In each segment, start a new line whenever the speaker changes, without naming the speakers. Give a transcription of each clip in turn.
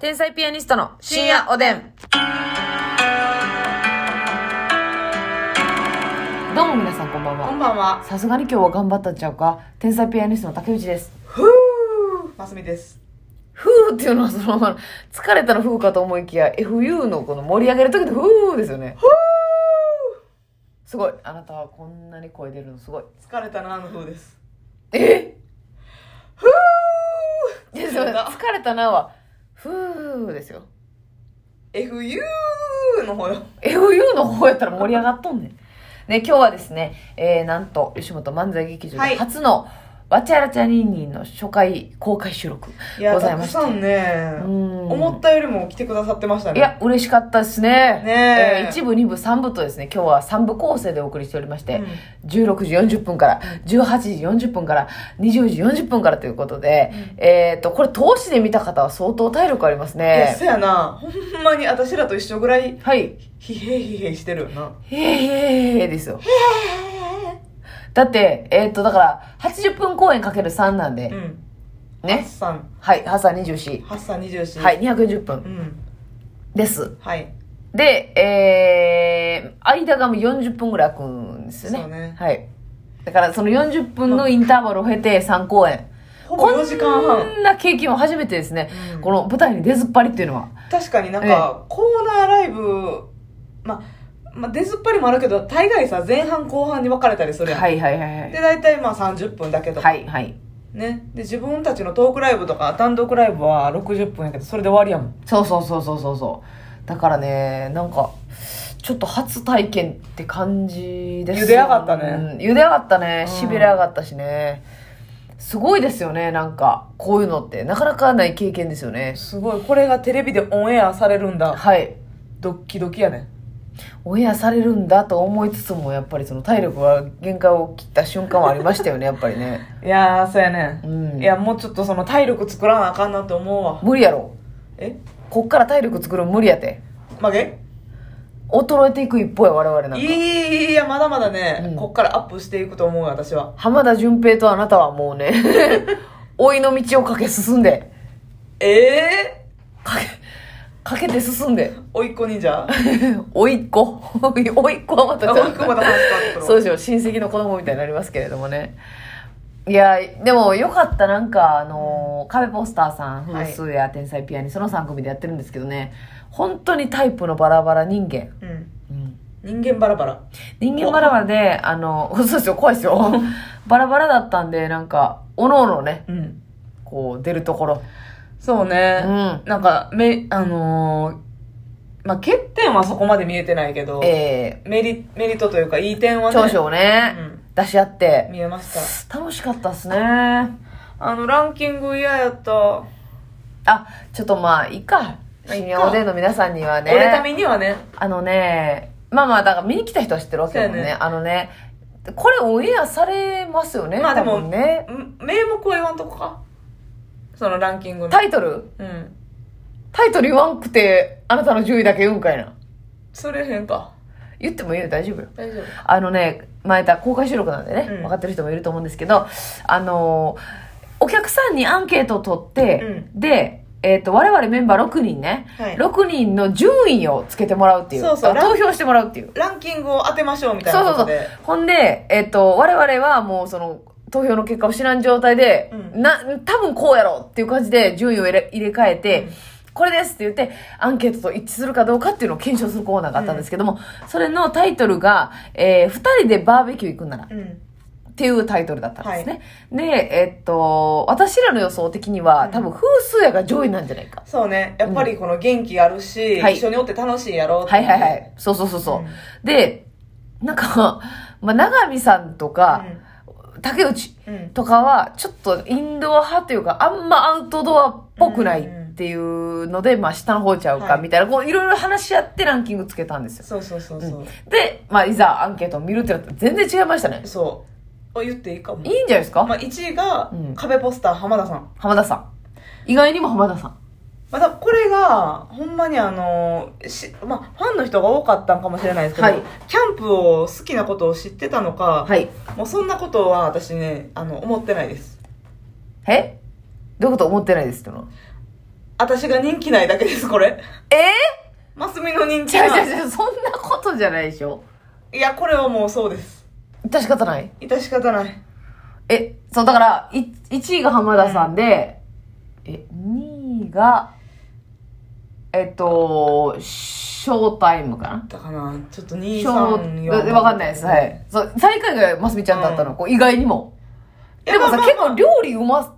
天才ピアニストの深夜おでん。どうも皆さんこんばん
こん
は。
ばんは。
さすがに今日は頑張ったんちゃうか。天才ピアニストの竹内です。
ふぅますみです。
ふーっていうのはそのまま、疲れたらふーかと思いきや、FU のこの盛り上げる時のふーですよね。すごい。あなたはこんなに声出るのすごい。
疲れたな、あのふうです。
え
ふ
いやでも 疲れたなは、ふーですよ。
ぅ !FU の方よ。
FU の方やったら盛り上がっとんねん。ね、今日はですね、えー、なんと、吉本漫才劇場
は
で
い
初の、わちゃらちゃにんにんの初回公開収録
いや、
ござい
た
ま
く
した。
さんね、
うん
思ったよりも来てくださってましたね。
いや、嬉しかったですね。
ねえ
えー、1部、2部、3部とですね、今日は3部構成でお送りしておりまして、
うん
16時40分から、18時40分から、20時40分からということで、えっと、これ、投資で見た方は相当体力あります
いや、
ね
そ。やな、ほんまに私らと一緒ぐらい、
はい。
ひへいひへいしてるよな。
へーへーへーですよ。だって、えっと、だから、80分公演かける3なん
う
で、
ん。ハッ
ね。
サン、
はい、朝24。
ハッサン24。
は。い、240
う
分
ん。
です。
はい。
で、えー、間がもう40分ぐらい空くんですよね。
そうね
はい。だからその40分のインターバルを経て3公演。
ほぼ4時間半。
こんな経験は初めてですね。
うん
この舞台に出ずっぱりっていうのは。
確かになんか、コーナーライブ、ま、ま、出ずっぱりもあるけど、大概さ、前半後半に分かれたりするやん。
はいはいはいはい。
で、大体まあ30分だけとか。
はいはい。
ね。で、自分たちのトークライブとか、単独ライブは60分やけど、それで終わりやもん。
そうそうそうそうそうそう。だからね、なんか、ちょっと初体験って感じです。
茹で上がったね
うん。茹で上がったね。
うん
しびれ上がったしね。すごいですよね、なんか。こういうのって。なかなかない経験ですよね。
すごい。これがテレビでオンエアされるんだ。
はい。
ドッキドキやね。
オンエアされるんだと思いつつも、やっぱりその体力は限界を切った瞬間はありましたよね、やっぱりね。
いやー、そうやね。
うん
いや、もうちょっとその体力作らなあかんなって思うわ。
無理やろ。
え
こっから体力作るの無理やて。
曲げ
衰えていく一方や、我々なんか
い。やいやいや、まだまだね、
うん
こっからアップしていくと思うよ私は。
浜田純平とあなたはもうね、 老いの道を駆け進んで。
ええ
かけ、かけて進んで。
ー、おいっ子忍者
おいっ子。 おいっ子はまたちゃ
あ
う
おいっ子また話変わってくるわ
そうでしょ。親戚の子供みたいになりますけれどもね。いや、でもよかった。なんか、あのー、壁ポスターさん、
はい
風数や天才ピアニストの3組でやってるんですけどね、本当にタイプのバラバラ人間。
うん。
うん
人間バラバラ。
人間バラバラで、あの、 そうですよ、怖い ですよ。バラバラだったんで、なんか、おのおのね、
うん。
こう、出るところ。
そう
う
ね。
ん。
なんか、め、あのーまあ、欠点はそこまで見えてないけど、
え
メリ、メリットというか、いい点は
ー、
ね、
長所をね、
うん
出し合って、
見えました。
楽しかったっすね
あの、ランキング嫌やった。
あちょっとまあいいか
まあいい
深
か
夜おでんの皆さんにはね
俺ためにはね、
あのねまあまあだから見に来た人は知ってるわけだもんね
そうやね
あのねこれオンエアされますよね
まあでも
多分ね
ん名目は言わんとこか。そのランキングの。
タイトル
うん。
タイトル言わんくてあなたの順位だけ言うんかいな
それへんか。
言ってもいいよ大丈夫よ
大丈夫。
あのね前言った公開収録なんでね、
うん
分かってる人もいると思うんですけどあのお客さんにアンケートを取って、で、えっと我々メンバー6人ね、
はい
6人の順位をつけてもらうっていう
そうそう
あ投票してもらうっていう
ランキングを当てましょうみた
そう
いな
そ
こ
う
と
そう
で。
ほんで、えっと我々はもうその投票の結果を知らん状態で、
うん
な多分こうやろうっていう感じで順位を入れ入れ替えて、
うん
これですって言って、アンケートと一致するかどうかっていうのを検証するコーナーがあったんですけども、それのタイトルが、えー、二人でバーベキュー行くんなら、
うん。
っていうタイトルだったんですね。で、えっと、私らの予想的には、
うん
多分風数やが上位なんじゃないか。
そうね。やっぱりこの元気あるし、
はい
一緒におって楽しいやろうって
はいはいはい。そうそうそうそう。
うん
で、なんか、まあ、長見さんとか、竹内
うん。うん。
とかは、ちょっとインドア派というか、あんまアウトドアっぽくないっていうので、まあ、下の方ちゃうか、
はい
みたいな、こう、いろいろ話し合ってランキングつけたんですよ。
そうそうそうそう。
で、まあ、いざアンケートを見るってなったら全然違いましたね。
そう。あ言っていいかも
いい。んじゃないですか、
まあ、1位が
うん
壁ポスター浜田さん。
浜田さん。意外にも浜田さん。
まあ、だこれが、ほんまにあの、し、まあ、ファンの人が多かったんかもしれないですけど、
はい
キャンプを好きなことを知ってたのか、
はい。
もうそんなことは私ね、あの、思ってないです。
えどういうこと思ってないですってのは
私が人気ないだけです、これ。
え
マスミの人
ー、
気
ちゃうちゃ
な
う
い。
ちゃう、そんなことじゃないでしょ。
いや、これはもうそうです。
致し方ない。
致し方ない。
え、そう、だから、い1位が浜田さんで、え、2位が、えっと、ショータイムかな
だから、ちょっと
シ
2、
ョ
3、
ー、
4。
わかんないです。はい。そう、最下位がますみちゃんだったの、こう意外にも。
い
で
や。
もさ、
まあまあ
結
まあ
構料理うま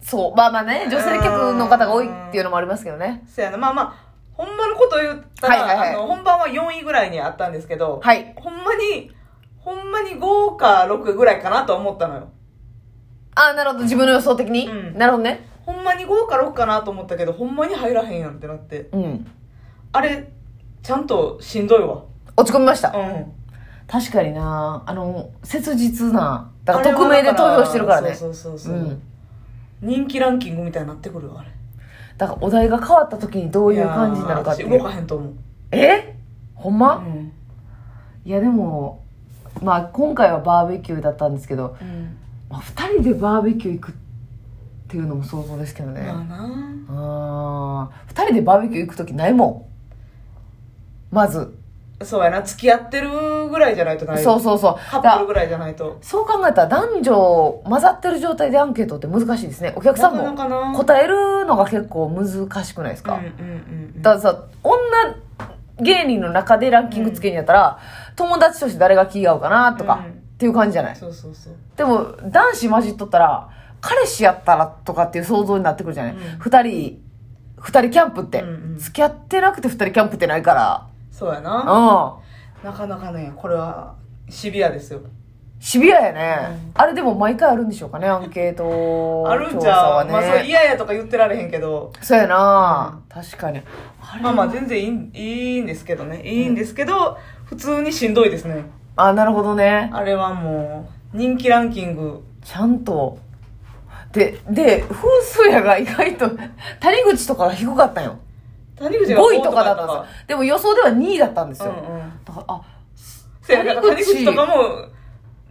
そう。まあまあね、女性客の方が多いっていうのもありますけどね。
そやな、まあまあ、ほんまのこと言ったら、
はいはいはい
あの、本番は4位ぐらいにあったんですけど、
はい。
ほんまに、ほんまに5か6ぐらいかなと思ったのよ。
あーなるほど。自分の予想的に。
うん
なるほどね。
ほんまに5か6かなと思ったけど、ほんまに入らへんやんってなって。
うん。
あれ、ちゃんとしんどいわ。
落ち込みました。
うん。
確かになあの、切実な。だから匿名で投票してるからね。
そうそうそう
う
そう、
ん。
人気ランキングみたいになってくるわ、あれ。
だからお題が変わった時にどういう感じになるかってい
やー私動
う。
かへんと思う。
えほん
う
ま、
ん。
いやでも、まあ今回はバーベキューだったんですけど、
うん。
まあ、2人でバーベキュー行くっていうのも想像ですけどね。
まあな
ああ、二人でバーベキュー行くときないもん。まず。
そうやな、付き合ってるぐらいじゃないとない。
そうそうそう。
カ
だ
ップルぐらいじゃないと。
そう考えたら男女混ざってる状態でアンケートって難しいですね。お客さん
な
も
かなかな
答えるのが結構難しくないですか、
うんうんうん。
だからさ、女芸人の中でランキングつけにやったら、友達として誰が気が合うかなとか、
うん
っていう感じじゃない
そうそうそう。
でも男子混じっとったら、彼氏やったらとかっていう想像になってくるじゃない
うん
二、人、二人キャンプって、
うんうん
付き合ってなくて二人キャンプってないから。
そうやな。
う
なかなかね、これはシビアですよ。
ん。シビアやね、あれでも毎回あるんでしょうかね、アンケート
あるん
調
ち
査
ゃ
は
う、
ね。
まあそれ嫌やとか言ってられへんけど。
そうやな、確かに。あれ
まあまあ全然いいいいんですけどね。いいんですけど、普通にしんどいですね。
あ、なるほどね。
あれはもう、人気ランキング。
ちゃんと。で、で、風数やが意外と、 谷口とかが低かったんよ。
谷口
5
が
位とかだったんですよ。でも予想では2位だったんです
う
よ。
んうん。
だから、あ、
せやから
谷
谷
口
口とかも、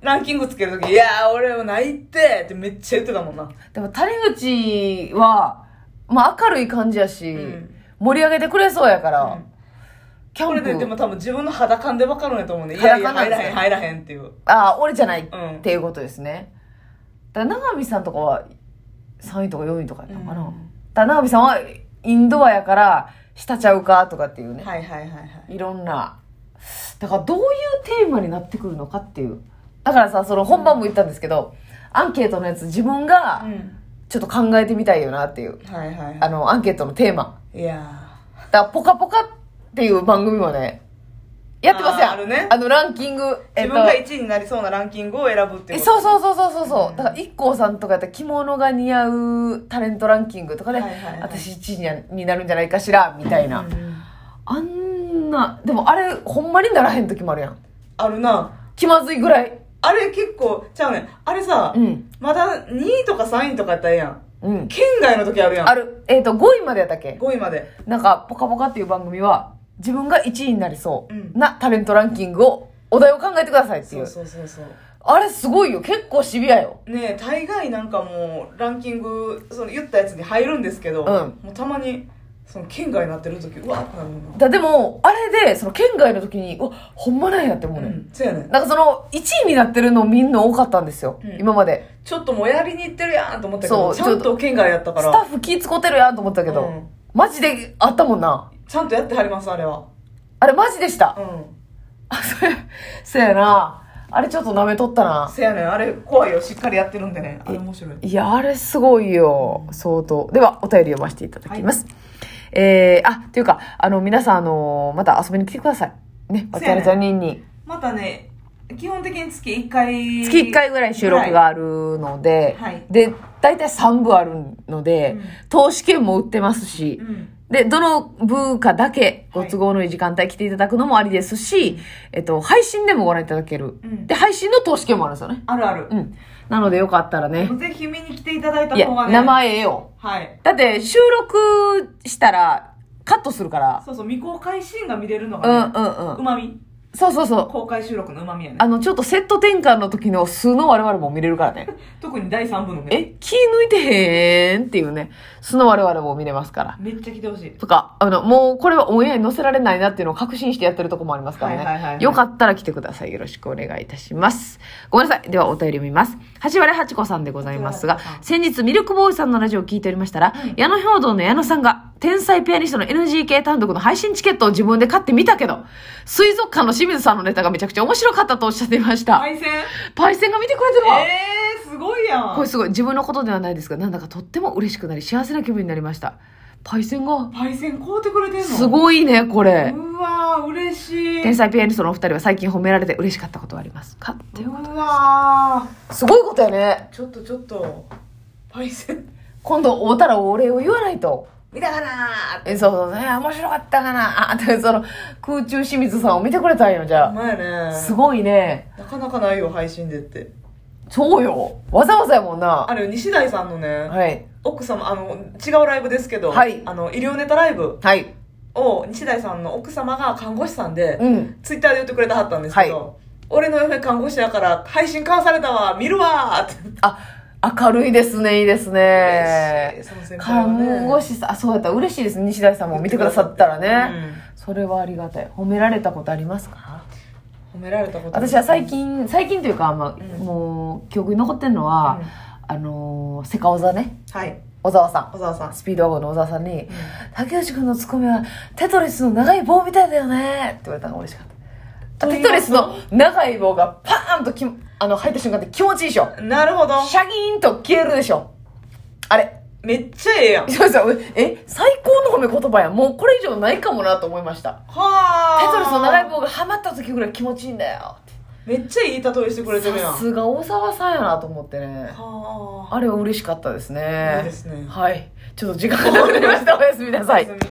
ランキングつけるとき、いやー、俺は泣いてってめっちゃ言ってたもんな。
でも谷口は、まあ明るい感じやし、
ん
盛り上げてくれそうやから、
うん
キャ
これ
ンプ、
で、でも多分自分の肌感で分かるんやと思うね。いやいや、
裸なん
入
です
ら
ね
へん、入らへんっていう。
ああ、俺じゃないっ
うん
ていうことですね。だから永見さんとかは3位とか4位とかやったのかな。
うん
だから永見さんはインドアやから、下ちゃうかとかっていうね。
はいはいはいはい。
いろんな。だからどういうテーマになってくるのかっていう。だからさ、その本番も言ったんですけど、アンケートのやつ自分が
うん。
ちょっと考えてみたいよなっていう。
はいはい
あ
は
の、アンケートのテーマ。
い。いやー。
だからポカポカっていう番組もね、やってますやん。
あーあるね
あのランキング。
自分が1位になりそうなランキングを選ぶってい
え
うこと
そうそうそうそうそうそう、
うん
だから IKKO さんとかやったら着物が似合うタレントランキングとかで、
はいはいはい
私1位になになるんじゃないかしらみたいな、
うん
あんなでもあれほんまにならへん時もあるやん
あるな
気まずいぐらい
あれ結構ちゃうねんあれさ、
うん
まだ2位とか3位とかやったらええやん
うん
県外の時あるやん
あるえっ、と5位までやったっけ
5位まで
なんか「ぽかぽか」っていう番組は自分が1位になりそう
うん
なタレントランキングをお題を考えてくださいってい
そううそうそうそう
あれすごいよ結構シビアよ
ねえ大概なんかもうランキングその言ったやつに入るんですけ
ん
ど、もうたまにその県外になってる時うわってなるな
だでもあれでその県外の時にうわほんまなんやって思う
う
ね、
んそうやねん
なんかその、1位になってるのみんな多かったんですよ。
うん
今まで。
ちょっともうやりに行ってるやんと思ったけ
そ
ど
う
ちゃんと県外やったか
ス
ら
タッフ気使ってるやんと思ったけど、
うん
マジであったもんな。
ちゃんとやってはりますあれは
あれマジでした。
うん
あ、それ、 そやな。あれちょっと舐めとったな。
せやねんあれ怖いよしっかりやってるんでねあれ面白い
いや、あれすごいよ。相当。では、お便り読ませていただきます。えー、あ、というか、あの、皆さん、あの、また遊びに来てください。ね、わ
そ
ち
うや
ゃ
ね
わちゃにんに。
またね基本的に月1回
月1回ぐらい収録があるので、
はい
で、大体3部あるので、
うん
投資券も売ってますし、
うん
で、どの部かだけご
はい
都合のいい時間帯来ていただくのもありですし、えっと、配信でもご覧いただける。
うん
で、配信の投資券もあるんですよね。
あるある
う、ん。なのでよかったらね
も。うぜひ見に来ていただいた
いや、
方がね
名前ええよ。
はい
だって、収録したらカットするから。
そうそう未公開シーンが見れるの
うんうん
がね
うん。
うまみ
そうそうそう。
公開収録のうまみやね
あの、ちょっとセット転換の時の素の我々も見れるからね。
特に第3部のね
え、気抜いてへんっていうね、素の我々も見れますから。
めっちゃ来てほしい
とか、あの、もうこれはオンエアに載せられないなっていうのを確信してやってるとこもありますからね。
はいはいはいはい
よかったら来てください。よろしくお願いいたします。ごめんなさい。ではお便り見ます。橋割八子さんでございますが
橋割八、子
先日ミルクボーイさんのラジオを聞いておりましたら、矢野兵道の矢野さんが、天才ピアニストの NGK 単独の配信チケットを自分で買ってみたけど、水族館の清水さんのネタがめちゃくちゃ面白かったとおっしゃっていました。
対戦
パイセンが見てくれてるわ。
えー、すごいや
これ
ん
すごい。自分のことではないですが、なんだかとっても嬉しくなり、幸せな気分になりました。パイセンが、
パイセン買うてくれてんの
す
い
ごいね、これ。
うわー嬉しい
天才ピアニストのお二人は最近褒められて嬉しかったことはありますかっていう
うわ
すごいことやね
ーちょっとちょっとパイセン
今度会うたらお礼を言わないと
見たかな
えそうそうね面白かったかなあでその空中清水さんを見てくれたんよじ
お
ゃ
前や
あ
ね
すごいね
なかなかないよ配信でって
そうよわざわざやもんな
あれよ西大さんのね
はい
奥様あの違うライブですけど、
はい
あの医療ネタライブ
はい
を西大さんの奥様が看護師さんで、
うん
ツイッターで言ってくれたはったんですけど、
は
俺の嫁看護師やから配信買わされたわ見るわーって
あ明るいですねいいですね
嬉しいその先輩はね
看護師さんあそうやったら嬉しいです西大さんも見てくださったらね、
うん
それはありがたい褒められたことありますか
褒められたこと
私は最近最近というか、まあ
うん
もう記憶に残ってるのは、あのーセカオザね
はい
小沢さ
小沢さん
んスピードワゴンの小沢さんに「竹内くんのツッコミはテトリスの長い棒みたいだよね」って言われたのが嬉しかったあ
と
テ
言い
トリ
ま
ス
す
の
と
長い棒がパーンときあの入った瞬間って気持ちいいでしょ
なるほど
シャギーンと消えるでしょあれ
めっちゃええやん
そうそうえ最高の褒め言葉やんもうこれ以上ないかもなと思いました
はあ
テトリスの長い棒がハマった時ぐらい気持ちいいんだよって
めっちゃいい例えしてくれてるやん
さすが大沢さんやなと思ってね
は
あれは嬉しかったです
あい
ね
いですね
はい。ちょっと時間がなくなりました。おやすみなさい
おや。すみ